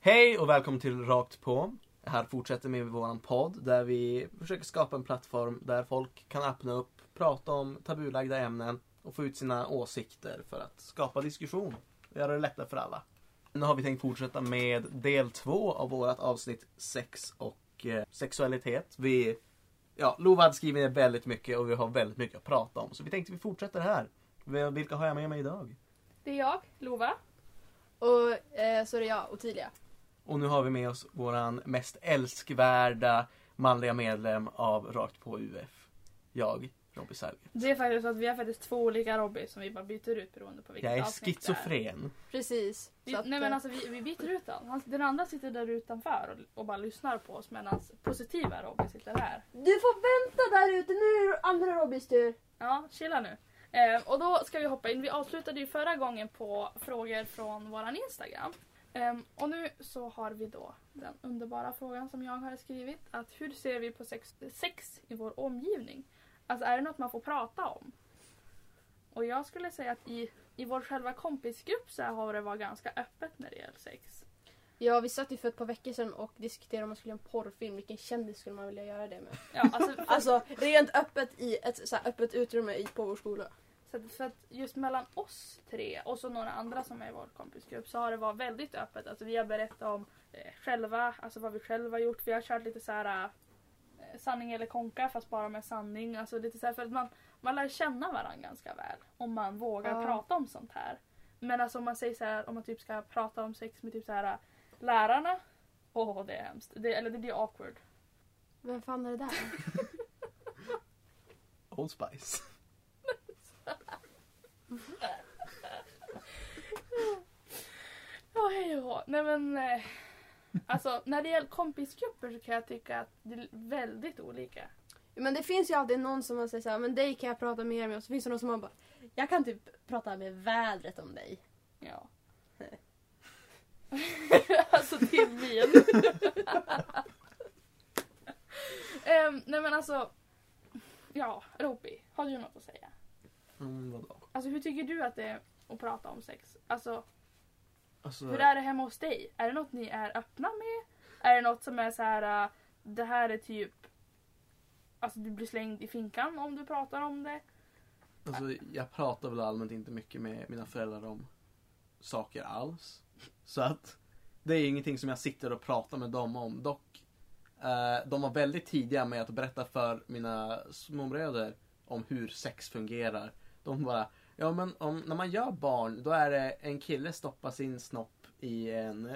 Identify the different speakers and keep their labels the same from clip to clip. Speaker 1: Hej och välkommen till Rakt på. Här fortsätter vi med våran podd där vi försöker skapa en plattform där folk kan öppna upp, prata om tabulagda ämnen och få ut sina åsikter för att skapa diskussion och göra det lättare för alla. Nu har vi tänkt fortsätta med del två av vårt avsnitt sex och eh, sexualitet. Vi, ja, Lova hade skrivit ner väldigt mycket och vi har väldigt mycket att prata om så vi tänkte vi fortsätter här. Vilka har jag med mig idag?
Speaker 2: Det är jag, Lova. Och eh, så är det jag, Ottilia.
Speaker 1: Och nu har vi med oss våran mest älskvärda manliga medlem av Rakt på UF. Jag, Robby Sälgen.
Speaker 2: Det är faktiskt så att vi har faktiskt två olika Robby som vi bara byter ut beroende på vilket
Speaker 1: Jag är
Speaker 2: avsnitt det
Speaker 1: schizofren.
Speaker 3: Precis.
Speaker 2: Vi,
Speaker 3: Så att,
Speaker 2: nej men
Speaker 3: eh,
Speaker 2: alltså vi, vi byter ut den. Han, den andra sitter där utanför och, och bara lyssnar på oss medan positiva Robby sitter här.
Speaker 3: Du får vänta där ute, nu är det andra Robbys tur.
Speaker 2: Ja, chilla nu. Eh, och då ska vi hoppa in. Vi avslutade ju förra gången på frågor från våran Instagram. Ehm, och nu så har vi då den underbara frågan som jag har skrivit. Att hur ser vi på sex, sex i vår omgivning? Alltså är det något man får prata om? Och jag skulle säga att i, i vår själva kompisgrupp så har det varit ganska öppet när det gäller sex.
Speaker 3: Ja, vi satt ju för ett par veckor sedan och diskuterade om man skulle göra en porrfilm. Vilken kändis skulle man vilja göra det med?
Speaker 2: Ja, alltså,
Speaker 3: Alltså, rent öppet i ett så här, öppet utrymme i- på vår skola.
Speaker 2: Så att, för att just mellan oss tre och så några andra som är i vår kompisgrupp så har det varit väldigt öppet. Alltså vi har berättat om eh, själva, alltså vad vi själva gjort. Vi har kört lite så här eh, sanning eller konka fast bara med sanning. Alltså lite så här, för att man, man lär känna varandra ganska väl om man vågar
Speaker 3: Ja.
Speaker 2: prata om sånt här. Men alltså om man säger så här, om man typ ska prata om sex med typ så här lärarna. Åh det är hemskt. Det, eller det blir awkward.
Speaker 3: Vem fan är det där?
Speaker 1: Old Spice.
Speaker 2: Ja, hej och hå. Nej men... Eh, alltså när det gäller kompisgrupper så kan jag tycka att det är väldigt olika.
Speaker 3: Men det finns ju alltid någon som man säger så här, men dig kan jag prata mer med. Och så finns det någon som man bara, jag kan typ prata med vädret om dig.
Speaker 2: Ja.
Speaker 3: Nej.
Speaker 2: alltså det är min. Ehm, nej men alltså... Ja, Robby. Har du något att säga?
Speaker 1: Mm, vadå?
Speaker 2: Alltså hur tycker du att det är att prata om sex? Alltså
Speaker 1: Alltså,
Speaker 2: Hur är det hemma hos dig? Är det något ni är öppna med? Är det något som är så här, äh, det här är typ, alltså du blir slängd i finkan om du pratar om det?
Speaker 1: alltså, jag pratar väl allmänt inte mycket med mina föräldrar om saker alls. Så att det är ingenting som jag sitter och pratar med dem om. Dock, eh, de var väldigt tidiga med att berätta för mina småbröder om hur sex fungerar. De bara, ja men om, när man gör barn då är det en kille stoppar sin snopp i en,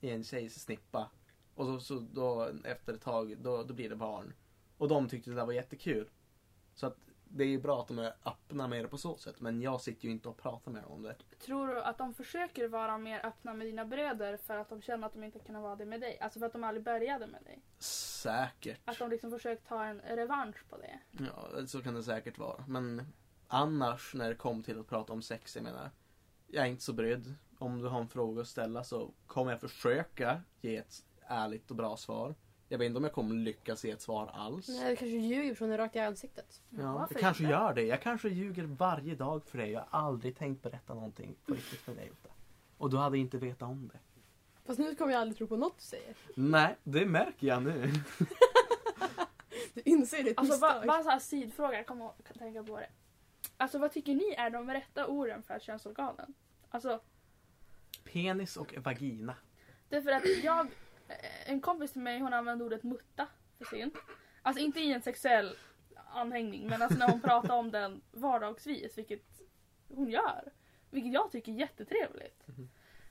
Speaker 1: i en tjejs snippa. Och så, så då, efter ett tag då, då blir det barn. Och de tyckte det där var jättekul. Så att det är ju bra att de är öppna med det på så sätt. Men jag sitter ju inte och pratar med dem om det.
Speaker 2: Tror du att de försöker vara mer öppna med dina bröder för att de känner att de inte kan vara det med dig? Alltså för att de aldrig började med dig?
Speaker 1: Säkert.
Speaker 2: Att de liksom försökt ta en revansch på det?
Speaker 1: Ja, så kan det säkert vara. Men annars när det kom till att prata om sex, jag menar. Jag är inte så brydd. Om du har en fråga att ställa så kommer jag försöka ge ett ärligt och bra svar. Jag vet inte om jag kommer lyckas ge ett svar alls.
Speaker 3: Nej, du kanske ljuger personen rakt i ansiktet.
Speaker 1: Ja,
Speaker 2: Varför
Speaker 1: jag kanske
Speaker 2: inte?
Speaker 1: gör det. Jag kanske ljuger varje dag för dig. Jag har aldrig tänkt berätta någonting på riktigt för dig. Lotta. Och du hade inte vetat om det.
Speaker 3: Fast nu kommer jag aldrig tro på något du säger.
Speaker 1: Nej, det märker jag nu.
Speaker 3: Du inser ditt
Speaker 2: Alltså bara,
Speaker 3: misstag.
Speaker 2: bara så här sidfråga, jag kommer att tänka på det. Alltså vad tycker ni är de rätta orden för könsorganen? Alltså
Speaker 1: Penis och vagina.
Speaker 2: Därför att jag, eh, en kompis till mig hon använde ordet mutta för sin. Alltså inte i en sexuell anhängning men alltså när hon pratar om den vardagsvis vilket hon gör. Vilket jag tycker är jättetrevligt.
Speaker 1: Mhm.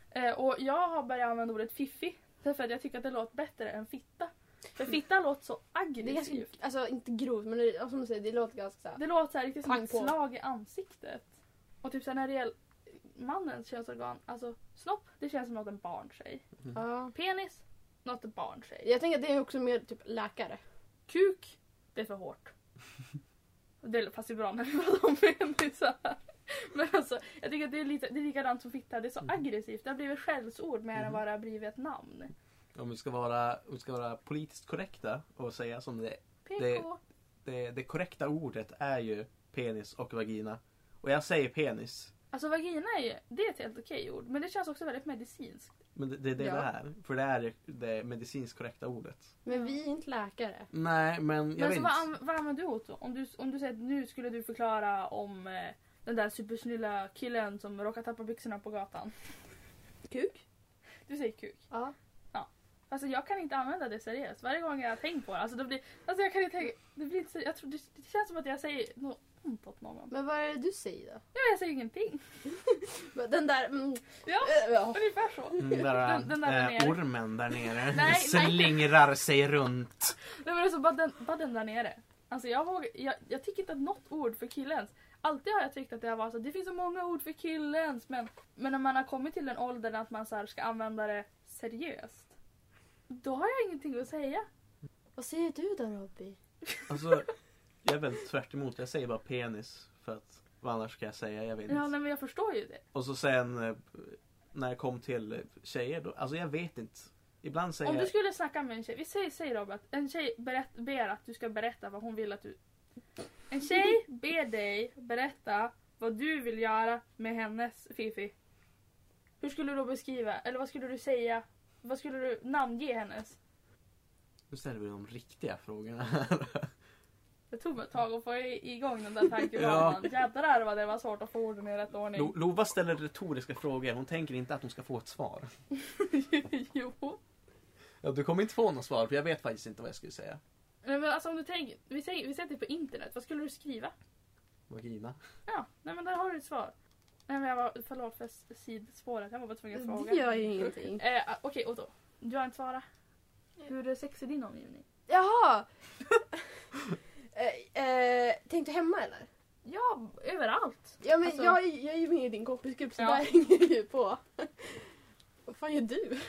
Speaker 2: Eh, och jag har börjat använda ordet fiffi därför att jag tycker att det låter bättre än fitta. För fitta låter så
Speaker 3: Det är ganska,
Speaker 2: aggressivt.
Speaker 3: alltså inte grovt men det, som du säger, det låter ganska så här.
Speaker 2: Det låter så här riktigt som
Speaker 3: Pang
Speaker 2: ett
Speaker 3: på.
Speaker 2: slag i ansiktet. Och typ såhär när det gäller mannens könsorgan, alltså snopp det känns som något en barn säger.
Speaker 3: Ja.
Speaker 2: Penis, något ett barn säger.
Speaker 3: Jag tänker att det är också mer typ läkare.
Speaker 2: Kuk, det är för hårt. Det är, fast det är bra när vi pratar om penisar. Men alltså, jag tycker att det är, lite, det är likadant som fitta. Det är så
Speaker 1: Mm.
Speaker 2: aggressivt. Det har blivit skällsord mer
Speaker 1: Mm.
Speaker 2: än vad det har blivit ett namn.
Speaker 1: Om vi ska vara, om vi ska vara politiskt korrekta och säga som det
Speaker 2: PK.
Speaker 1: Det- det, det korrekta ordet är ju penis och vagina. Och jag säger penis.
Speaker 2: Alltså vagina är ju, det är ett helt okej ord men det känns också väldigt medicinskt.
Speaker 1: Men det, det är det
Speaker 3: Ja.
Speaker 1: det är. För det är ju det medicinskt korrekta ordet.
Speaker 3: Men
Speaker 2: Ja.
Speaker 3: vi är inte läkare.
Speaker 1: Nej, men jag
Speaker 2: Men
Speaker 1: vet
Speaker 2: så vad,
Speaker 1: inte.
Speaker 2: an- vad använder du åt då? Om du, om du säger att nu skulle du förklara om eh, den där supersnälla killen som råkar tappa byxorna på gatan.
Speaker 3: Kuk?
Speaker 2: Du säger kuk.
Speaker 3: Ja.
Speaker 2: Alltså jag kan inte använda det seriöst. Varje gång jag har tänkt på det. Alltså, det blir, alltså jag kan inte tänka. Det, blir inte, seri- jag tror, det, det känns som att jag säger något ont åt någon.
Speaker 3: Men vad är det du säger då?
Speaker 2: Ja, jag säger ingenting.
Speaker 3: Men Den där... Mm,
Speaker 2: Ja,
Speaker 3: äh, ja.
Speaker 2: ungefär så.
Speaker 1: Mm, där,
Speaker 2: Den- den där
Speaker 1: eh,
Speaker 2: nere.
Speaker 1: ormen där nere
Speaker 2: nej.
Speaker 1: slingrar sig runt.
Speaker 2: Nej, men alltså, bara, den, bara den där nere. Alltså jag, vågar, jag, jag tycker inte att något ord för killens. Alltid har jag tyckt att det har varit så. Det finns så många ord för killens. Men, men när man har kommit till den åldern att man så här ska använda det seriöst. Då har jag ingenting att säga.
Speaker 3: Vad säger du då Robby?
Speaker 1: Alltså, jag är väldigt tvärt emot. Jag säger bara penis. För att, vad annars ska jag säga? Jag vet inte.
Speaker 2: Ja, nej, men jag förstår ju det.
Speaker 1: Och så sen eh, när jag kom till eh, tjejer då. Alltså jag vet inte. Ibland säger
Speaker 2: Om du
Speaker 1: jag...
Speaker 2: skulle snacka med en tjej, vi säger, säger Robert, en tjej berätt, ber att du ska berätta vad hon vill att du... En tjej ber dig berätta vad du vill göra med hennes Fifi. Hur skulle du då beskriva, eller vad skulle du säga, vad skulle du namnge hennes?
Speaker 1: Nu ställer vi de riktiga frågorna här.
Speaker 2: Det tog mig ett tag att få i- igång den där tankebanan. Jädrar vad det var svårt att få orden i rätt ordning.
Speaker 1: Lo- Lova ställer retoriska frågor. Hon tänker inte att hon ska få ett svar.
Speaker 2: jo.
Speaker 1: Ja, du kommer inte få något svar för jag vet faktiskt inte vad jag skulle säga.
Speaker 2: Nej, men alltså om du tänker, vi säger, vi säger att det är på internet, vad skulle du skriva?
Speaker 1: Vagina.
Speaker 2: Ja, nej men där har du ett svar. Nej men jag var, förlåt för s- sidspåret, jag var bara tvungen att fråga.
Speaker 3: Det gör ju ingenting.
Speaker 2: Eh, ah, Okej, och då? Du har inte svarat. Hur är sex i din omgivning?
Speaker 3: Jaha! eh, eh, tänkte du hemma eller?
Speaker 2: Ja, överallt.
Speaker 3: Ja men
Speaker 2: Alltså-
Speaker 3: jag, är- jag är ju med i din kompisgrupp så
Speaker 2: Ja.
Speaker 3: där hänger jag ju på. Vad fan gör du?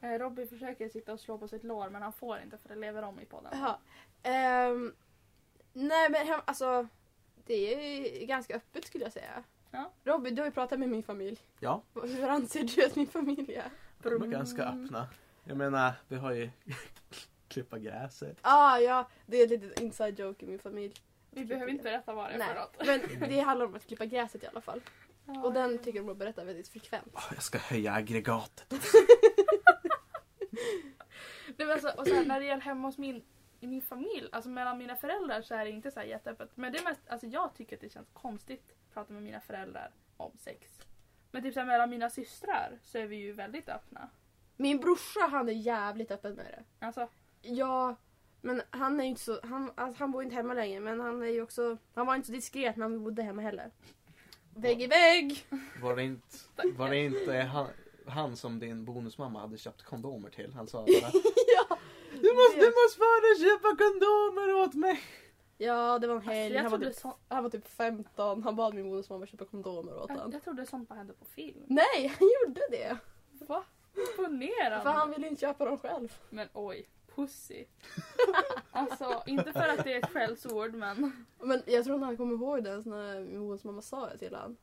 Speaker 2: Eh, Robby försöker sitta och slå på sitt lår men han får inte för det lever om i podden.
Speaker 3: Jaha. Ehm, nej men hem, alltså det är ju ganska öppet skulle jag säga.
Speaker 2: Ja.
Speaker 3: Robin, du har ju pratat med min familj.
Speaker 1: Ja,
Speaker 3: Vad- Hur anser du att min familj är?
Speaker 1: de är ganska öppna. Jag menar, vi har ju klippa gräset.
Speaker 3: Ah, ja, det är ett litet inside joke i min familj.
Speaker 2: Vi behöver inte berätta vad det är för
Speaker 3: Nej,
Speaker 2: något.
Speaker 3: men det handlar om att klippa gräset i alla fall.
Speaker 2: Ja.
Speaker 3: Och den tycker de att berätta väldigt frekvent.
Speaker 1: Åh, Jag ska höja aggregatet.
Speaker 2: Nej, men alltså, och så här, när det gäller hemma hos min, i min familj, alltså mellan mina föräldrar så är det inte så här jätteöppet. Men det är mest, alltså jag tycker att det känns konstigt att prata med mina föräldrar om sex. Men typ så här, mellan mina systrar så är vi ju väldigt öppna.
Speaker 3: Min brorsa han är jävligt öppen med det.
Speaker 2: Alltså,
Speaker 3: Ja, men han är ju inte så... Han, alltså, han bor inte hemma längre men han är ju också... Han var inte så diskret när vi bodde hemma heller. Vägg i vägg!
Speaker 1: Var det inte, var det inte han, han som din bonusmamma hade köpt kondomer till? Han sa bara
Speaker 3: ja.
Speaker 1: Du måste, du måste bara köpa kondomer åt mig!
Speaker 3: ja, det var en helg.
Speaker 2: jag
Speaker 3: Han var,
Speaker 2: trodde
Speaker 3: typ,
Speaker 2: sånt
Speaker 3: han var typ 15. Han bad min modersmamma köpa kondomer åt
Speaker 2: Jag,
Speaker 3: honom.
Speaker 2: jag trodde sånt bara hände på film.
Speaker 3: Nej, han gjorde det!
Speaker 2: Va? Imponerande.
Speaker 3: För han ville inte köpa dem själv.
Speaker 2: Men oj, pussy. alltså, inte för att det är ett skällsord men.
Speaker 3: Men jag tror inte han kommer ihåg det ens när min modersmamma sa det till honom.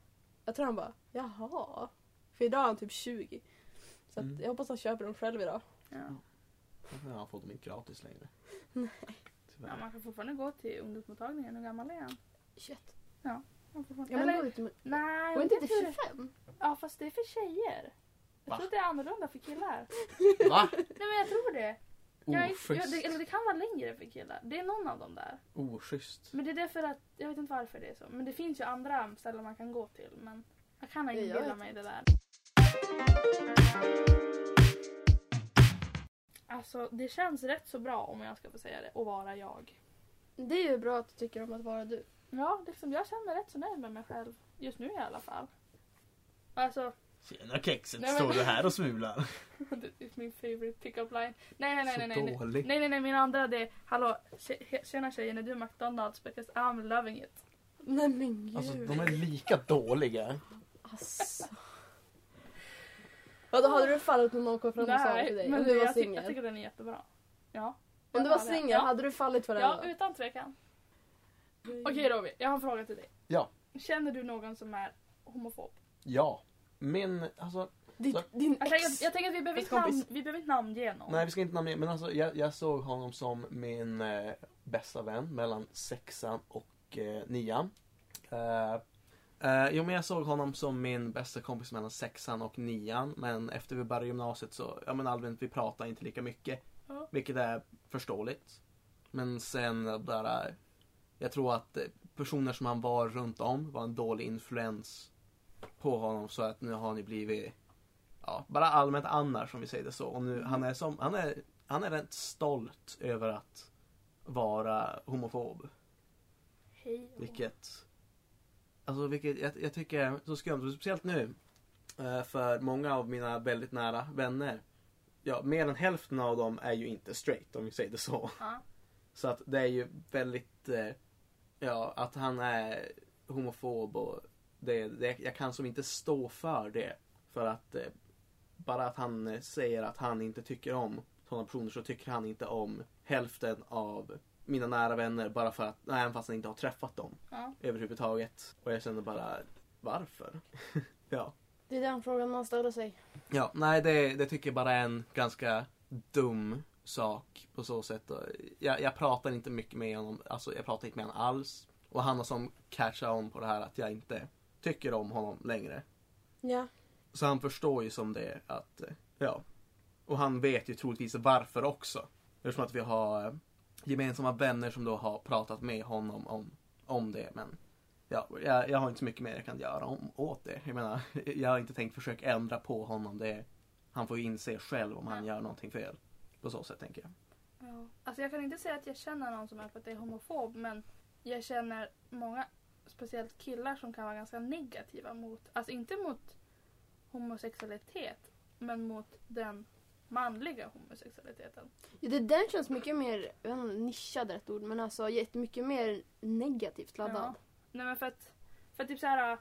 Speaker 3: Jag tror han bara, jaha. För idag är han typ 20. Så att
Speaker 1: Mm.
Speaker 3: jag hoppas han köper dem själv idag.
Speaker 2: Ja.
Speaker 1: Ja, han får dem inte gratis längre.
Speaker 2: Ja,
Speaker 1: Tyvärr.
Speaker 2: man kan fortfarande gå till ungdomsmottagningen. Hur gammal är han?
Speaker 3: Shit.
Speaker 2: Han får fortfarande-
Speaker 3: Ja, men
Speaker 2: Eller,
Speaker 3: går inte med-
Speaker 2: nej,
Speaker 3: går
Speaker 2: jag
Speaker 3: typ- inte
Speaker 2: vet
Speaker 3: till
Speaker 2: inte hur det-
Speaker 3: 25?
Speaker 2: Ja fast det är för tjejer. Jag
Speaker 1: Va?
Speaker 2: tror att det är annorlunda för killar.
Speaker 1: Va?
Speaker 2: Nej men jag tror det.
Speaker 1: Oh,
Speaker 2: Jag, jag, det eller
Speaker 1: Oschysst.
Speaker 2: det kan vara längre för killar. Det är någon av dem där.
Speaker 1: Oschysst.
Speaker 2: Men det är därför att, jag vet inte varför det är så. Men det finns ju andra ställen man kan gå till. Men jag kan
Speaker 3: Jag
Speaker 2: inbilla
Speaker 3: vet
Speaker 2: mig det där. Alltså det känns rätt så bra om jag ska få säga det, att vara jag.
Speaker 3: Det är ju bra att du tycker om att vara du.
Speaker 2: Ja, liksom jag känner mig rätt så nöjd med mig själv. Just nu i alla fall. Alltså,
Speaker 1: Tjena kexet,
Speaker 2: Nej, men-
Speaker 1: står du här och smular?
Speaker 2: det är min favorite pick-up line. Nej, nej, nej, nej, nej.
Speaker 1: Så
Speaker 2: nej.
Speaker 1: dålig.
Speaker 2: Nej, nej, nej, min andra det är Hallå, tje- tjena tjejen, är du McDonalds? Because I'm loving it.
Speaker 3: Nej men gud.
Speaker 1: Alltså de är lika dåliga.
Speaker 3: Alltså. Vadå, hade du fallit om någon kom fram och sa till dig?
Speaker 2: men
Speaker 3: Om du var
Speaker 2: jag, ty- jag
Speaker 3: singel?
Speaker 2: tycker den är jättebra. Ja.
Speaker 3: Om
Speaker 2: Jag
Speaker 3: du var
Speaker 2: har det.
Speaker 3: singel,
Speaker 2: Ja.
Speaker 3: hade du fallit för den?
Speaker 2: Ja, utan tvekan.
Speaker 3: Mm.
Speaker 2: Okej Robin, jag har en fråga till dig.
Speaker 1: Ja.
Speaker 2: Känner du någon som är homofob?
Speaker 1: Ja. Min, alltså,
Speaker 3: Ditt, din
Speaker 2: Alltså, jag,
Speaker 3: ex.
Speaker 2: jag tänker att vi behöver inte
Speaker 3: Kompis.
Speaker 2: namn- vi behöver inte namnge någon.
Speaker 1: nej vi ska inte namnge, men alltså jag, jag såg honom som min eh, bästa vän mellan sexan och eh, nian. Eh, Eh, jo men jag såg honom som min bästa kompis mellan sexan och nian men efter vi började gymnasiet så, ja men allmänt vi pratar inte lika mycket.
Speaker 2: Ja.
Speaker 1: Vilket är förståeligt. Men sen där, jag tror att eh, personer som han var runt om var en dålig influens på honom så att nu har han ju blivit, ja bara allmänt annars om vi säger det så. Och nu, han är som, han är, han är rätt stolt över att vara homofob.
Speaker 2: Hej. och-
Speaker 1: Vilket... Alltså vilket jag, jag tycker är så skumt. Speciellt nu. Eh, För många av mina väldigt nära vänner. Ja, mer än hälften av dem är ju inte straight om vi säger det så.
Speaker 2: Ja.
Speaker 1: Så att det är ju väldigt... eh, Ja, att han är homofob och det, det, jag kan som inte stå för det. För att eh, bara att han eh, säger att han inte tycker om sådana personer så tycker han inte om hälften av mina nära vänner bara för att, nej, även fast han inte har träffat dem
Speaker 2: Ja.
Speaker 1: överhuvudtaget. Och jag kände bara, varför? ja.
Speaker 3: Det är den frågan man ställer sig.
Speaker 1: ja, nej det, det tycker jag bara är en ganska dum sak på så sätt. Och Jag, jag pratar inte mycket med honom, alltså jag pratar inte med honom alls. Och han har som catchat om på det här att jag inte tycker om honom längre.
Speaker 3: Ja.
Speaker 1: Så han förstår ju som det att, eh, ja. Och han vet ju troligtvis varför också. Eftersom att vi har eh, gemensamma vänner som då har pratat med honom om, om det. Men ja, jag, jag har inte så mycket mer jag kan göra om, åt det. Jag menar, jag har inte tänkt försöka ändra på honom. Det, han får ju inse själv om han gör någonting fel. På så sätt tänker jag.
Speaker 2: Ja. Alltså jag kan inte säga att jag känner någon som är för att det är homofob men jag känner många, speciellt killar som kan vara ganska negativa mot, alltså inte mot homosexualitet men mot den manliga homosexualiteten.
Speaker 3: Ja, det där känns mycket mer, jag vet inte, nischad är rätt ord, men alltså jättemycket mer negativt laddad.
Speaker 2: Nej men för att, för att typ såhär,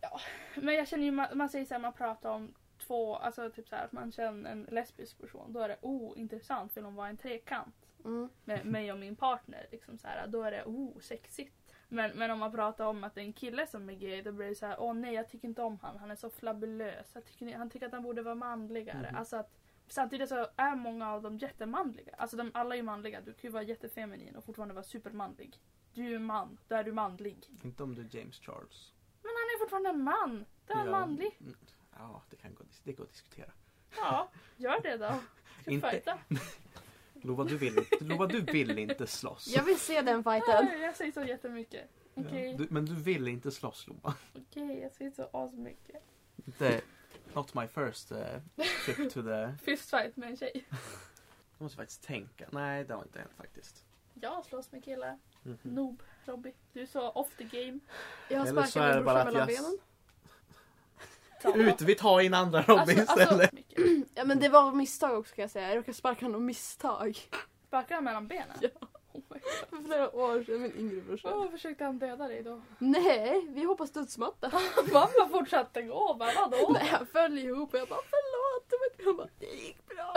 Speaker 2: ja. Men jag känner ju, man, man säger såhär, man pratar om två, alltså typ såhär att man känner en lesbisk person, då är det oh intressant för de var en trekant.
Speaker 3: Mm.
Speaker 2: med mig och min partner. Liksom så här, då är det oh, sexigt. Men, men om man pratar om att det är en kille som är gay då blir det så här, åh nej jag tycker inte om han, han är så flabulös. Jag tycker, ni- han tycker att han borde vara manligare.
Speaker 1: Mhm.
Speaker 2: Alltså att, samtidigt så är många av dem jättemanliga. Alltså de, alla är ju manliga, du kan ju vara jättefeminin och fortfarande vara supermanlig. Du är ju man, då är du manlig.
Speaker 1: Inte om du är James Charles.
Speaker 2: Men han är fortfarande en man, då är han manlig.
Speaker 1: Mm. Ja, det kan gå, det går att diskutera.
Speaker 2: Ja, gör det då. Ska
Speaker 1: Inte-
Speaker 2: fighta.
Speaker 1: Lova du vill, inte- Lova, du vill inte slåss.
Speaker 3: Jag vill se den fighten.
Speaker 2: Nej, Jag säger så jättemycket. Okej,
Speaker 1: Ja, du, men du vill inte slåss Lova.
Speaker 2: okej, jag säger så asmycket.
Speaker 1: Inte, not my first eh, trip to the...
Speaker 2: Fist fight med en tjej.
Speaker 1: Jag måste faktiskt tänka. Nej, det har inte hänt faktiskt.
Speaker 2: Jag slåss med
Speaker 3: Mm.
Speaker 2: killar. Noob, Robby. Du är så off the game.
Speaker 3: Jag har
Speaker 1: Eller så är
Speaker 3: sparkat
Speaker 1: det
Speaker 3: min
Speaker 1: bara
Speaker 3: brorsa
Speaker 1: att
Speaker 3: mellan
Speaker 1: jag s-
Speaker 3: benen.
Speaker 1: Ut, vi tar in andra Robin
Speaker 2: alltså,
Speaker 1: istället.
Speaker 2: alltså, mycket.
Speaker 3: Ja men det var av misstag också kan jag säga. Jag råkade sparka honom av misstag.
Speaker 2: Sparkade han mellan benen?
Speaker 3: Ja.
Speaker 2: Oh my God.
Speaker 3: För flera år sedan, min yngre brorsa.
Speaker 2: Åh, försökte han döda dig då?
Speaker 3: Nej, vi hoppade studsmatta.
Speaker 2: Mamma fortsatte gå, bara vadå?
Speaker 3: Nej, jag föll ihop och jag bara förlåt. Det var inte-" Han bara det gick bra.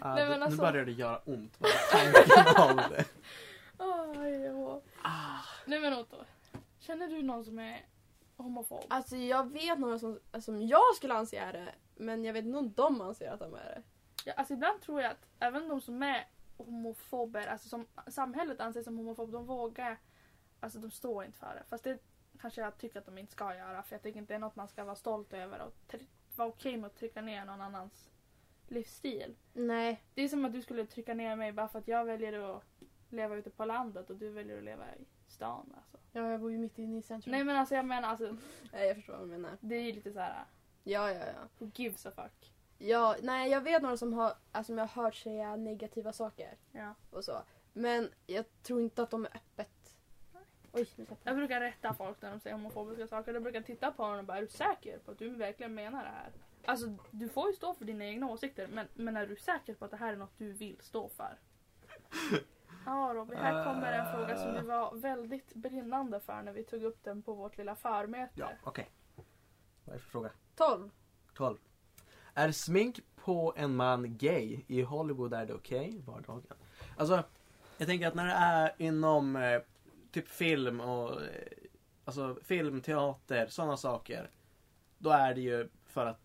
Speaker 1: Ah,
Speaker 2: Nej,
Speaker 1: det-
Speaker 2: men alltså-
Speaker 1: Nu börjar det göra ont bara tanken av det.
Speaker 2: Aj, åh.
Speaker 3: Ah.
Speaker 2: Nej men Otto. Känner du någon som är homofob?
Speaker 3: Alltså jag vet några som, alltså, som jag skulle anse är det. Men jag vet inte om de anser att de är det.
Speaker 2: Ja, alltså ibland tror jag att även de som är homofober, alltså som samhället anser som homofob, de vågar, alltså de står inte för det. Fast det kanske jag tycker att de inte ska göra för jag tycker inte det är något man ska vara stolt över och try- vara okej med att trycka ner någon annans livsstil.
Speaker 3: Nej.
Speaker 2: Det är som att du skulle trycka ner mig bara för att jag väljer att leva ute på landet och du väljer att leva i stan. Alltså.
Speaker 3: Ja, jag bor ju mitt inne i centrum.
Speaker 2: Nej men alltså jag menar, alltså,
Speaker 3: Nej, jag förstår vad du menar.
Speaker 2: det är ju lite så här:
Speaker 3: Ja, ja, ja.
Speaker 2: who gives a fuck.
Speaker 3: ja nej, jag vet några som har, alltså, som jag har hört säga negativa saker
Speaker 2: Ja.
Speaker 3: och så. Men jag tror inte att de är öppet. Oj, nu tappade
Speaker 2: Jag brukar rätta folk när de säger homofobiska saker. Jag brukar titta på dem och bara, är du säker på att du verkligen menar det här? Alltså, du får ju stå för dina egna åsikter, men, men är du säker på att det här är något du vill stå för? Ja, Robin, här kommer en fråga som du var väldigt brinnande för när vi tog upp den på vårt lilla förmöte.
Speaker 1: Ja, okej. Vad är det för fråga?
Speaker 3: jag. 12.
Speaker 1: 12. Är smink på en man gay? I Hollywood är det okej? Vardagen. Alltså, jag tänker att när det är inom eh, typ film och eh, alltså film, teater, sådana saker. Då är det ju för att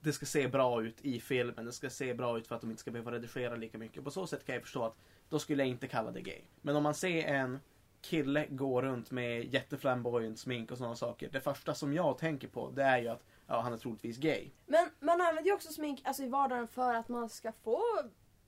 Speaker 1: det ska se bra ut i filmen. Det ska se bra ut för att de inte ska behöva redigera lika mycket. På så sätt kan jag förstå att då skulle jag inte kalla det gay. Men om man ser en kille går runt med jätteflamboyant smink och sådana saker. Det första som jag tänker på det är ju att ja, han är troligtvis gay.
Speaker 3: Men man använder ju också smink alltså, i vardagen för att man ska få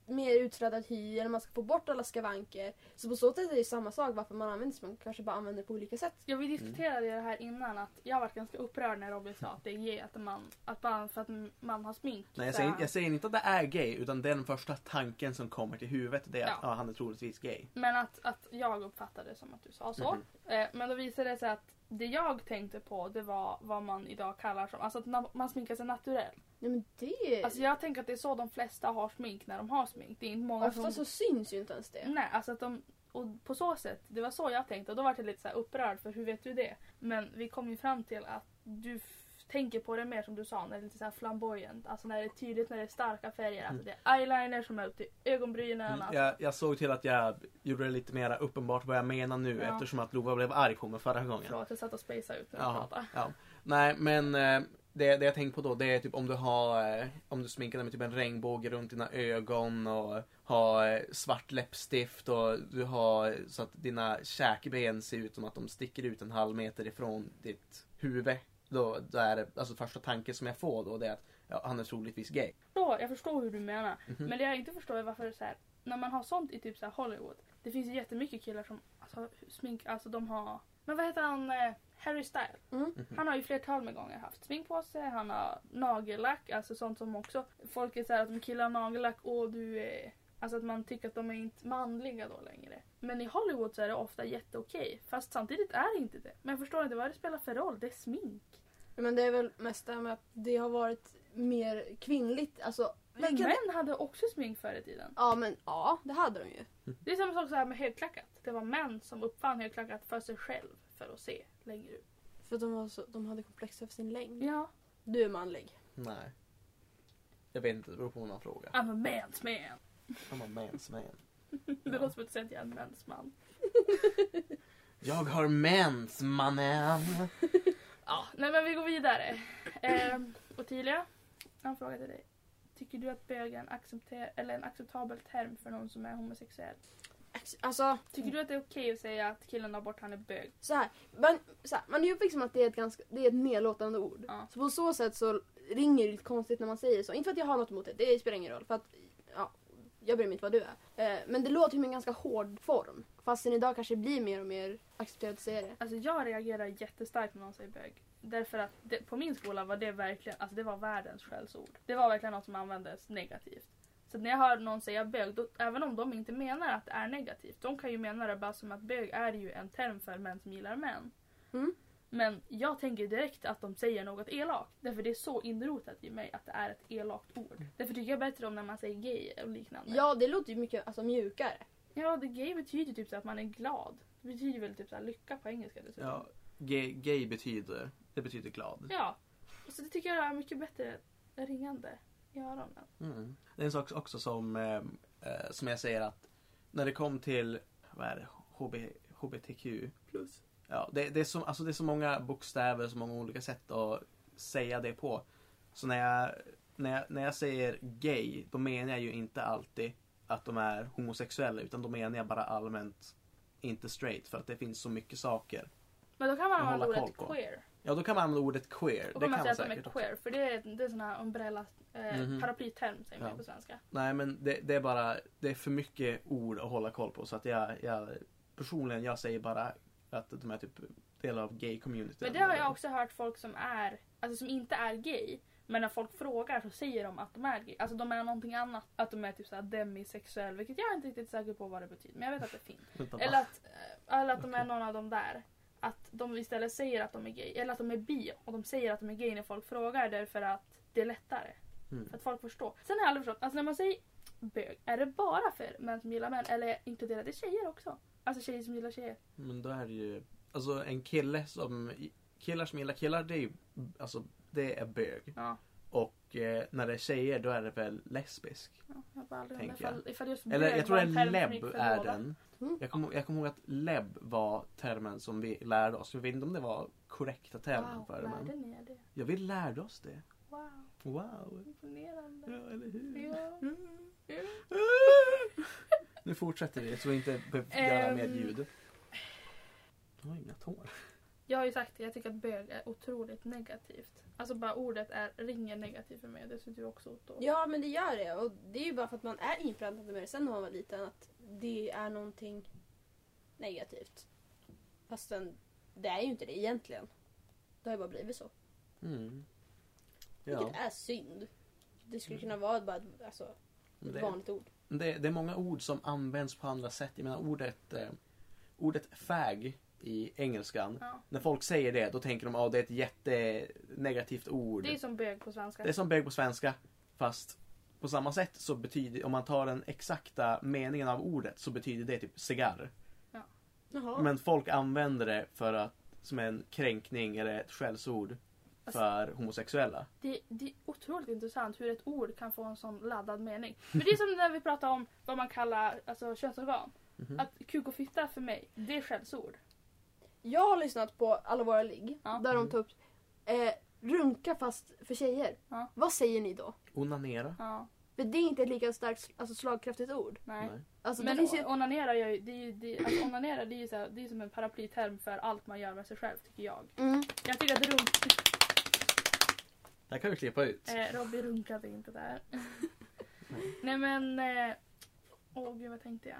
Speaker 3: mer utflätad hy eller man ska få bort alla skavanker. Så på så sätt är det ju samma sak varför man använder smink. Kanske bara använder det på olika sätt.
Speaker 2: Ja, vi
Speaker 1: Mm.
Speaker 2: diskuterade ju det här innan att jag var ganska upprörd när Robin sa att det är gay att, man, att bara för att man har smink.
Speaker 1: Nej, jag,
Speaker 2: så
Speaker 1: säger,
Speaker 2: är han-
Speaker 1: jag säger inte att det är gay utan den första tanken som kommer till huvudet det är att
Speaker 2: Ja.
Speaker 1: ja. han är troligtvis gay.
Speaker 2: Men att, att jag uppfattade det som att du sa så.
Speaker 1: Mhm.
Speaker 2: Eh, men då visade det sig att det jag tänkte på det var vad man idag kallar som, alltså att na- man sminkar sig naturell.
Speaker 3: Nej men det...
Speaker 2: Alltså jag tänker att det är så de flesta har smink när de har smink. Det är inte många
Speaker 3: Ofta
Speaker 2: som...
Speaker 3: så syns ju inte ens det.
Speaker 2: Nej, alltså att de... Och på så sätt, det var så jag tänkte och då var jag lite så här upprörd för hur vet du det? Men vi kom ju fram till att du f- tänker på det mer som du sa när det är lite så här flamboyant. Alltså när det är tydligt, när det är starka färger.
Speaker 3: Mm.
Speaker 2: Alltså det är eyeliner som är upp till ögonbrynen. Alltså.
Speaker 1: Mm. Jag, jag såg till att jag gjorde det lite mer uppenbart vad jag menar nu
Speaker 2: Ja.
Speaker 1: eftersom att Lova blev arg på mig förra gången.
Speaker 2: Förlåt, jag satt och spejsade ut när jag
Speaker 1: Ja,
Speaker 2: pratade.
Speaker 1: ja. Nej men eh, det, det jag tänker på då det är typ om du har eh, om du sminkar dig med typ en regnbåge runt dina ögon och har eh, svart läppstift och du har eh, så att dina käkben ser ut som att de sticker ut en halv meter ifrån ditt huvud. Då, då är det, alltså första tanken som jag får då det är att ja, han är troligtvis gay. Mhm.
Speaker 2: förstår, jag förstår hur du menar.
Speaker 3: Mm.
Speaker 2: Men det jag inte förstår är varför det är så här, när man har sånt i typ så här Hollywood. Det finns ju jättemycket killar som alltså, smink, alltså de har... Men vad heter han? eh, Harry Styles.
Speaker 3: Mm.
Speaker 1: Mhm.
Speaker 2: Han har ju flertal med gånger haft smink på sig, han har nagellack, alltså sånt som också... Folk är så här att de killar har nagellack, åh du är... Alltså att man tycker att de är inte manliga då längre. Men i Hollywood så är det ofta jätteokej. Fast samtidigt är det inte det. Men jag förstår inte vad det spelar för roll, det är smink.
Speaker 3: Men det är väl mest det här med att det har varit mer kvinnligt. Alltså,
Speaker 2: Men
Speaker 3: kan-
Speaker 2: män hade också smink förr i tiden.
Speaker 3: Ja men ja, det hade de ju.
Speaker 2: Det är samma sak så här med högklackat. Det var män som uppfann högklackat för sig själv för att se längre ut.
Speaker 3: För att de, var så, de hade komplex över sin längd.
Speaker 2: Ja.
Speaker 3: Du är manlig.
Speaker 1: Nej. Jag vet inte, det beror på vad man frågar.
Speaker 2: I'm a man's man.
Speaker 1: Han var mens man.
Speaker 2: Det låter som att säga att jag är en mens man.
Speaker 1: Jag har mens mannen.
Speaker 2: Ja, nej men vi går vidare. Ehm, Ottilia, jag har en fråga till dig. Tycker du att bög är en, accepter- eller en acceptabel term för någon som är homosexuell?
Speaker 3: Ex- Alltså,
Speaker 2: Tycker du att det är okej att säga att killen där borta han är bög?
Speaker 3: så här. Man, så här, man är ju uppväxt med att det är ett, ganska, det är ett nedlåtande ord.
Speaker 2: Ja.
Speaker 3: Så på så sätt så ringer det lite konstigt när man säger så. Inte för att jag har något emot det, det spelar ingen roll. För att, ja, jag bryr mig inte vad du är. Eh, Men det låter ju med en ganska hård form. Fastän idag kanske det blir mer och mer accepterat att säga det.
Speaker 2: Alltså jag reagerar jättestarkt när någon säger bög. Därför att det, på min skola var det verkligen, alltså det var världens skällsord. Det var verkligen något som användes negativt. Så när jag hör någon säga bög, då, även om de inte menar att det är negativt, de kan ju mena det bara som att bög är ju en term för män som gillar män.
Speaker 3: Mm.
Speaker 2: Men jag tänker direkt att de säger något elakt. Därför det är så inrotat i mig att det är ett elakt ord. Därför tycker jag bättre om när man säger gay och liknande.
Speaker 3: Ja, det låter ju mycket alltså, mjukare.
Speaker 2: ja det gay betyder typ så att man är glad. Det betyder väl typ så här lycka på engelska dessutom.
Speaker 1: Ja, gay, gay betyder, det betyder glad.
Speaker 2: Ja. Så det tycker jag är mycket bättre ringande i öronen.
Speaker 1: Mm. Det är en sak också som, eh, eh, som jag säger att när det kom till vad är det, HB, HBTQ.
Speaker 2: Plus.
Speaker 1: Ja, det, det, är så, alltså det är så många bokstäver, så många olika sätt att säga det på. Så när jag, när jag, när jag säger gay, då menar jag ju inte alltid att de är homosexuella utan då menar jag bara allmänt inte straight för att det finns så mycket saker.
Speaker 2: Men då kan man
Speaker 1: Och
Speaker 2: använda
Speaker 1: hålla
Speaker 2: ordet
Speaker 1: koll på.
Speaker 2: queer.
Speaker 1: Ja, då kan man använda ordet queer.
Speaker 2: Då
Speaker 1: det
Speaker 2: kan man
Speaker 1: kan
Speaker 2: säga
Speaker 1: man
Speaker 2: att de är
Speaker 1: säkert också.
Speaker 2: queer. För det är, det är sån här umbrella, eh,
Speaker 1: Mhm.
Speaker 2: paraplyterm säger man
Speaker 1: Ja.
Speaker 2: på svenska.
Speaker 1: Nej men det, det är bara, det är för mycket ord att hålla koll på så att jag, jag personligen, jag säger bara att de är typ del av gay community.
Speaker 2: Men det har jag också hört folk som är, alltså som inte är gay. Men när folk frågar så säger de att de är gay. Alltså de är någonting annat. Att de är typ såhär demisexuell. Vilket jag är inte riktigt säker på vad det betyder. Men jag vet att det finns.
Speaker 1: Vänta, va?
Speaker 2: Eller att, eh, eller att de är någon av dem där. Att de istället säger att de är gay. Eller att de är bi. Och de säger att de är gay när folk frågar därför att det är lättare.
Speaker 1: Mm.
Speaker 2: För att folk förstår. Sen har jag aldrig förstått. Alltså när man säger bög. Är det bara för män som gillar män? Eller inkluderar det tjejer också? Alltså tjejer som gillar tjejer.
Speaker 1: Men då är det ju, alltså en kille som, killar som gillar killar det är ju, alltså det är bög.
Speaker 2: Ja.
Speaker 1: Och eh, när det är tjejer då är det väl lesbisk.
Speaker 2: ja jag har bara aldrig undrat
Speaker 1: Tänker jag.
Speaker 2: ifall, ifall just
Speaker 1: Eller
Speaker 2: bög
Speaker 1: jag tror det
Speaker 2: var en term
Speaker 1: är
Speaker 2: som
Speaker 1: leb
Speaker 2: gick för
Speaker 1: är
Speaker 2: båda.
Speaker 1: den.
Speaker 3: Mm.
Speaker 1: Jag kommer, jag kommer ihåg att leb var termen som vi lärde oss. Jag vet inte om det var korrekta termen
Speaker 2: Wow,
Speaker 1: för det men.
Speaker 2: lärde ni er det?
Speaker 1: Ja, vi lärde oss det.
Speaker 2: Wow,
Speaker 1: Wow.
Speaker 2: imponerande.
Speaker 1: Ja, eller hur?
Speaker 2: Ja. Mm.
Speaker 1: Nu fortsätter vi så vi inte behöver
Speaker 2: Ehm.
Speaker 1: göra mer ljud. långt hår.
Speaker 2: Jag har ju sagt det, jag tycker att bög är otroligt negativt. Alltså bara ordet är, ringer negativt för mig. Det tycker du också Otto.
Speaker 3: Ja, men det gör det. Och det är ju bara för att man är inpräntad med det sen när man var liten att det är någonting negativt. Fastän det är ju inte det egentligen. Det har ju bara blivit så.
Speaker 1: Mm.
Speaker 3: Vilket
Speaker 1: Ja,
Speaker 3: är synd. Det skulle kunna vara bara ett, alltså, ett
Speaker 1: men det,
Speaker 3: vanligt ord.
Speaker 1: det, det är många ord som används på andra sätt. Jag menar ordet, eh, ordet fag i engelskan.
Speaker 2: Ja.
Speaker 1: När folk säger det då tänker de att det är ett jättenegativt ord.
Speaker 2: Det är som bög på svenska.
Speaker 1: Det är som bög på svenska fast på samma sätt så betyder, om man tar den exakta meningen av ordet så betyder det typ cigarr.
Speaker 3: Jaha.
Speaker 1: Men folk använder det för att, som en kränkning eller ett skällsord för homosexuella.
Speaker 2: Det, det är otroligt intressant hur ett ord kan få en sån laddad mening. För det är som när vi pratar om vad man kallar alltså, könsorgan.
Speaker 1: Mhm.
Speaker 2: Att kuk och fitta för mig, det är skällsord.
Speaker 3: Jag har lyssnat på Alla våra ligg.
Speaker 2: Ja.
Speaker 3: Där de tar upp eh, runka fast för tjejer.
Speaker 2: Ja.
Speaker 3: Vad säger ni då?
Speaker 1: Onanera.
Speaker 2: Ja,
Speaker 3: För det är inte ett lika starkt alltså, slagkraftigt ord.
Speaker 2: nej.
Speaker 1: Nej.
Speaker 3: Alltså,
Speaker 2: Men
Speaker 3: det finns ju...
Speaker 2: onanera, gör ju, det är ju, det, alltså, onanera det är ju så här, det är som en paraplyterm för allt man gör med sig själv tycker jag.
Speaker 3: Mm.
Speaker 2: Jag tycker att runk,
Speaker 1: Det här kan vi klippa ut.
Speaker 2: eh, Robbie runkade inte där. Nej men, eh, åh gud vad tänkte jag?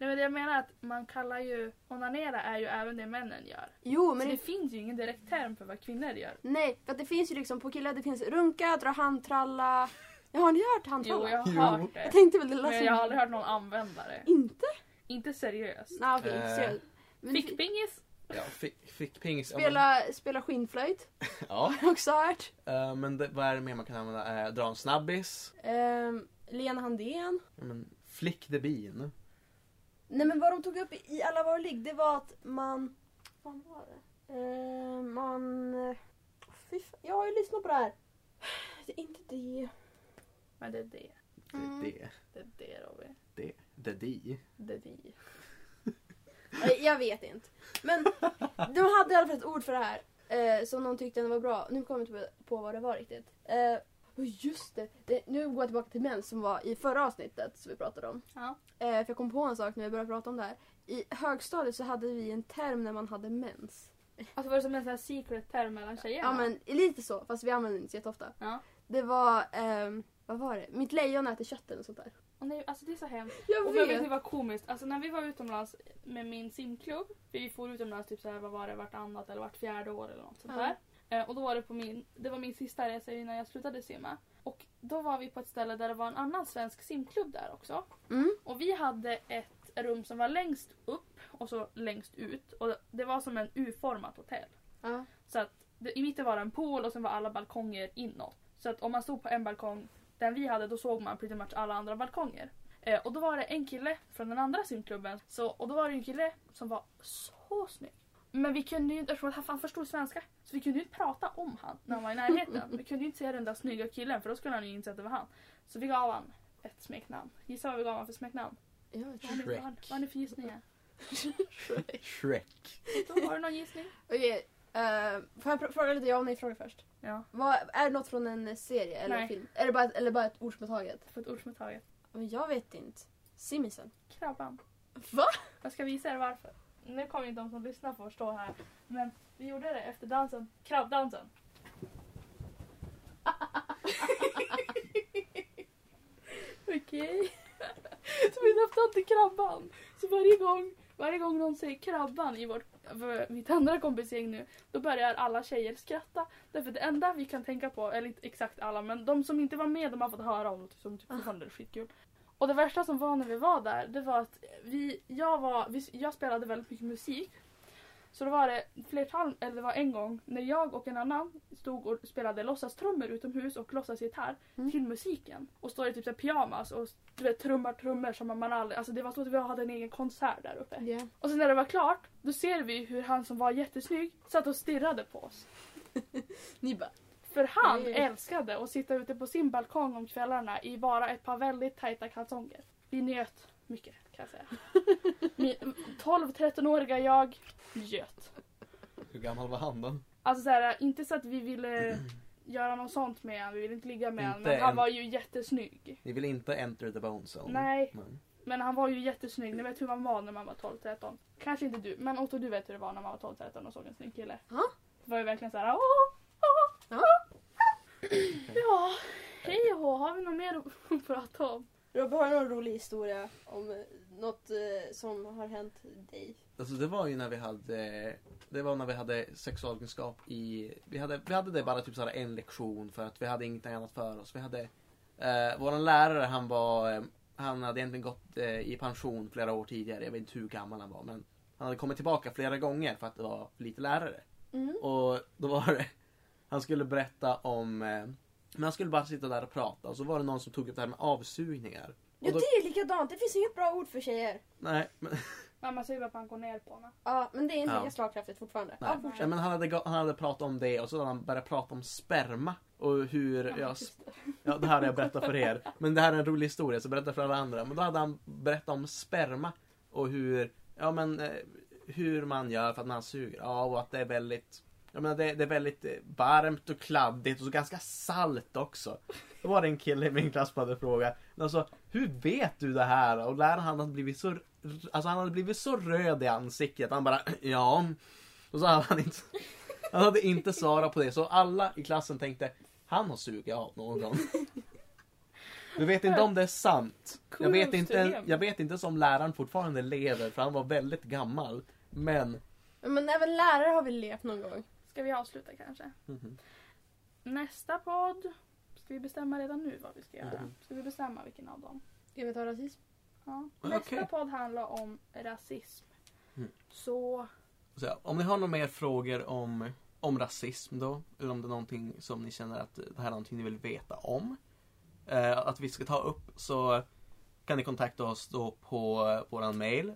Speaker 2: Nej men det jag menar att man kallar ju, onanera är ju även det männen gör.
Speaker 3: Jo,
Speaker 2: Men
Speaker 3: men
Speaker 2: det
Speaker 3: det...
Speaker 2: finns ju ingen direkt term för vad kvinnor gör.
Speaker 3: Nej, för att det finns ju liksom på killar, det finns runka, dra handtralla. Ja, har ni hört handtralla?
Speaker 2: Jo, jag har
Speaker 1: Jo.
Speaker 2: hört det.
Speaker 3: Jag tänkte alltså- väl det lät
Speaker 2: Men
Speaker 3: som...
Speaker 2: jag har aldrig hört någon använda det.
Speaker 3: Inte?
Speaker 2: Inte seriöst.
Speaker 3: Nej, okej.
Speaker 1: Eh.
Speaker 3: seriöst. Men det fin-
Speaker 2: Fickpingis?
Speaker 1: Ja, fick, fick pingis.
Speaker 3: Spela, spela skinnflöjt
Speaker 1: Ja,
Speaker 3: har jag också hört.
Speaker 1: men, ja. Eh, men det, vad är det mer man kan använda? Eh, dra en snabbis.
Speaker 3: Ehm, Lena Handén.
Speaker 1: Ja, men, flick the bean.
Speaker 3: Nej men vad de tog upp i Alla våra ligg det var att man... Vad var det? Eh, man... Fy fan, jag har ju lyssnat på det här. Det är inte det.
Speaker 2: Men det är det.
Speaker 1: Det,
Speaker 3: Mm.
Speaker 1: det,
Speaker 2: Det är det Robin.
Speaker 1: det, det, di.
Speaker 2: Det är vi.
Speaker 3: Nej, Jag vet inte. Men de hade i alla fall ett ord för det här. Eh, som någon tyckte var bra. Nu kommer jag inte på vad det var riktigt. Eh, och just det, det. Nu går jag tillbaka till mens som var i förra avsnittet som vi pratade om.
Speaker 2: Ja.
Speaker 3: Eh, för jag kom på en sak när vi började prata om det här. I högstadiet så hade vi en term när man hade mens.
Speaker 2: Alltså var det som en sån här secret term mellan
Speaker 3: Ja,
Speaker 2: tjejerna?
Speaker 3: men lite så, fast vi använde det inte så jätteofta.
Speaker 2: Ja.
Speaker 3: Det var, ehm, vad var det? Mitt lejon äter kött eller sånt där.
Speaker 2: Och nej, alltså det är så hemskt.
Speaker 3: Jag
Speaker 2: Och men vet
Speaker 3: vet!
Speaker 2: ni vad komiskt? Alltså när vi var utomlands med min simklubb. För vi for utomlands typ så här, vad var det, vartannat eller vart fjärde år eller något sånt
Speaker 3: Ja.
Speaker 2: där. Eh, och då var det på min, det var min sista resa innan jag slutade simma. Och då var vi på ett ställe där det var en annan svensk simklubb där också.
Speaker 3: Mm.
Speaker 2: Och vi hade ett rum som var längst upp och så längst ut. Och det var som en U-format hotell.
Speaker 3: Ja.
Speaker 2: Så att det, i mitten var det en pool och sen var alla balkonger inåt. Så att om man stod på en balkong, den vi hade, då såg man pretty much alla andra balkonger. Eh, och då var det en kille från den andra simklubben. Så, och då var det en kille som var så snygg. Men vi kunde ju inte, eftersom han- han förstod svenska, så vi kunde ju inte prata om han när han var i närheten. Vi kunde ju inte se den där snygga killen för då skulle han ju inse att det var han. Så vi gav han ett smeknamn. Gissa vad vi gav han för smeknamn?
Speaker 3: Jag vet
Speaker 2: Vad har ni-
Speaker 1: Shrek.
Speaker 2: Vad har ni- vad har ni för gissningar?
Speaker 3: inte.
Speaker 1: Shrek.
Speaker 2: Då har du någon gissning?
Speaker 3: Okej, eh, får jag pr- fråga lite ja och nej-frågor först?
Speaker 2: Ja,
Speaker 3: Vad, är det något från en serie eller
Speaker 2: Nej.
Speaker 3: film? Är det bara ett, eller bara ett ord som är taget?
Speaker 2: för ett ord som är taget.
Speaker 3: Men jag vet inte. Simisen.
Speaker 2: Krabban.
Speaker 3: Va?
Speaker 2: Jag ska visa er varför. Nu kommer ju de som lyssnar få förstå här. Men vi gjorde det efter dansen. Krabbdansen. Okej. Så vi döpte han till Krabban. Så varje gång, varje gång någon säger Krabban i vårt, v- mitt andra kompisgäng nu, då börjar alla tjejer skratta. Därför det enda vi kan tänka på, eller inte exakt alla, men de som inte var med de har fått höra om det som typ fortfarande är skitkul. Och det värsta som var när vi var där, det var att vi, jag, var, vi, jag spelade väldigt mycket musik. Så då var det flertal, eller det var en gång, när jag och en annan stod och spelade låtsastrummor utomhus och låtsasgitarr
Speaker 3: Mm.
Speaker 2: till musiken. Och står i typ så här pyjamas och du vet, trummar trummor som man aldrig... Alltså det var så att vi hade en egen konsert där uppe.
Speaker 3: Ja.
Speaker 2: Och sen när det var klart, då ser vi hur han som var jättesnygg satt och stirrade på oss.
Speaker 3: Ni bara...
Speaker 2: För han
Speaker 3: Mm.
Speaker 2: älskade att sitta ute på sin balkong om kvällarna i bara ett par väldigt tajta kalsonger. Vi njöt mycket kan jag säga. Min 12-13-åriga jag njöt.
Speaker 1: Hur gammal var han då?
Speaker 2: Alltså så här, inte så att vi ville göra något sånt med honom, vi ville inte ligga med honom,
Speaker 1: Inte
Speaker 2: men han
Speaker 1: än.
Speaker 2: var ju jättesnygg.
Speaker 1: Ni vill inte enter the bone zone?
Speaker 2: Nej.
Speaker 1: Men,
Speaker 2: Men han var ju jättesnygg. Ni vet hur man var när man var 12-13. Kanske inte du, men Otto du vet hur det var när man var 12-13 och såg en snygg kille.
Speaker 3: Ja.
Speaker 2: Det var ju verkligen såhär åh, åh, åh. Ja, hej och hå. Har vi något mer att prata om?
Speaker 3: Robert, har du någon rolig historia om eh, något eh, som har hänt dig?
Speaker 1: Alltså det var ju när vi hade, det var när vi hade sexualkunskap i, vi hade, vi hade det bara typ såhär en lektion för att vi hade ingenting annat för oss. Vi hade, eh, våran lärare han var, eh, han hade egentligen gått eh, i pension flera år tidigare, jag vet inte hur gammal han var men han hade kommit tillbaka flera gånger för att det var för lite lärare.
Speaker 3: Mm.
Speaker 1: Och då var det, han skulle berätta om, eh, men han skulle bara sitta där och prata och så var det någon som tog upp det här med avsugningar.
Speaker 3: Ja,
Speaker 1: Och då,
Speaker 3: det är likadant. Det finns inget bra ord för tjejer.
Speaker 1: nej, men,
Speaker 2: Men man säger bara att man går ner på honom.
Speaker 3: Ja, men det är inte
Speaker 1: Ja.
Speaker 3: lika slagkraftigt fortfarande.
Speaker 1: Nej.
Speaker 3: Ja,
Speaker 1: Nej,
Speaker 3: fortsätt.
Speaker 1: men han, hade, ga- han hade pratat om det och så hade han börjat prata om sperma. Och hur, ja, sp- ja, det här har jag berättat för er. Men det här är en rolig historia så berätta för alla andra. Men då hade han berättat om sperma. Och hur, ja men eh, hur man gör för att man suger. Ja och att det är väldigt, jag menar det, det är väldigt eh, varmt och kladdigt och så ganska salt också. Då var det en kille i min klass som hade frågat. Alltså, hur vet du det här? Och läraren han hade blivit så, alltså han hade blivit så röd i ansiktet. Han bara, ja. Och så hade han inte, han hade inte svarat på det. Så alla i klassen tänkte, han har sugit av någon gång. Du vet inte om det är sant. Jag vet, inte, jag vet inte som läraren fortfarande lever för han var väldigt gammal. Men,
Speaker 3: men även lärare har vi levt någon gång.
Speaker 2: Ska vi avsluta kanske? Nästa podd. Ska vi bestämma redan nu vad vi ska göra?
Speaker 1: Mhm.
Speaker 2: Ska vi bestämma vilken av dem?
Speaker 3: Ska vi ta rasism?
Speaker 2: Ja.
Speaker 1: Ah, Okej.
Speaker 2: Nästa podd handlar om rasism.
Speaker 1: Mm.
Speaker 2: Så
Speaker 1: så, ja, om ni har några mer frågor om, om rasism då, eller om det är någonting som ni känner att det här är någonting ni vill veta om, eh, att vi ska ta upp, så kan ni kontakta oss då på eh, våran mail,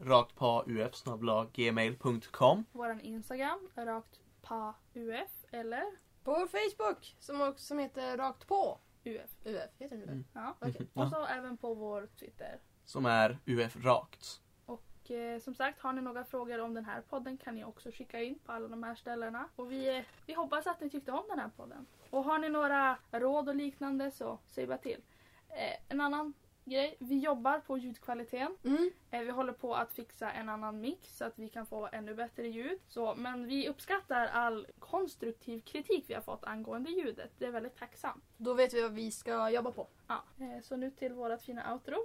Speaker 1: raktpauf.gmail.com.
Speaker 2: våran Instagram, rakt pa UF eller
Speaker 3: På vår Facebook som, också, som heter Rakt på
Speaker 2: UF.
Speaker 3: UF. Heter den UF?
Speaker 1: Mm.
Speaker 2: Ja.
Speaker 3: Okej.
Speaker 2: Och så även på vår Twitter.
Speaker 1: Som är UF Rakt.
Speaker 2: Och eh, som sagt, har ni några frågor om den här podden kan ni också skicka in på alla de här ställena. Och vi, eh, vi hoppas att ni tyckte om den här podden. Och har ni några råd och liknande så säg bara till. Eh, en annan grej, vi jobbar på ljudkvaliteten.
Speaker 3: Mm.
Speaker 2: Eh, vi håller på att fixa en annan mix så att vi kan få ännu bättre ljud. Så, men vi uppskattar all konstruktiv kritik vi har fått angående ljudet. Det är väldigt tacksamt.
Speaker 3: Då vet vi vad vi ska jobba på.
Speaker 2: Ja. Eh, så nu till vårat fina outro.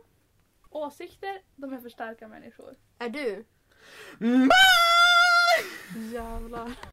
Speaker 2: Åsikter, de är för starka människor.
Speaker 3: Är du? Jävlar.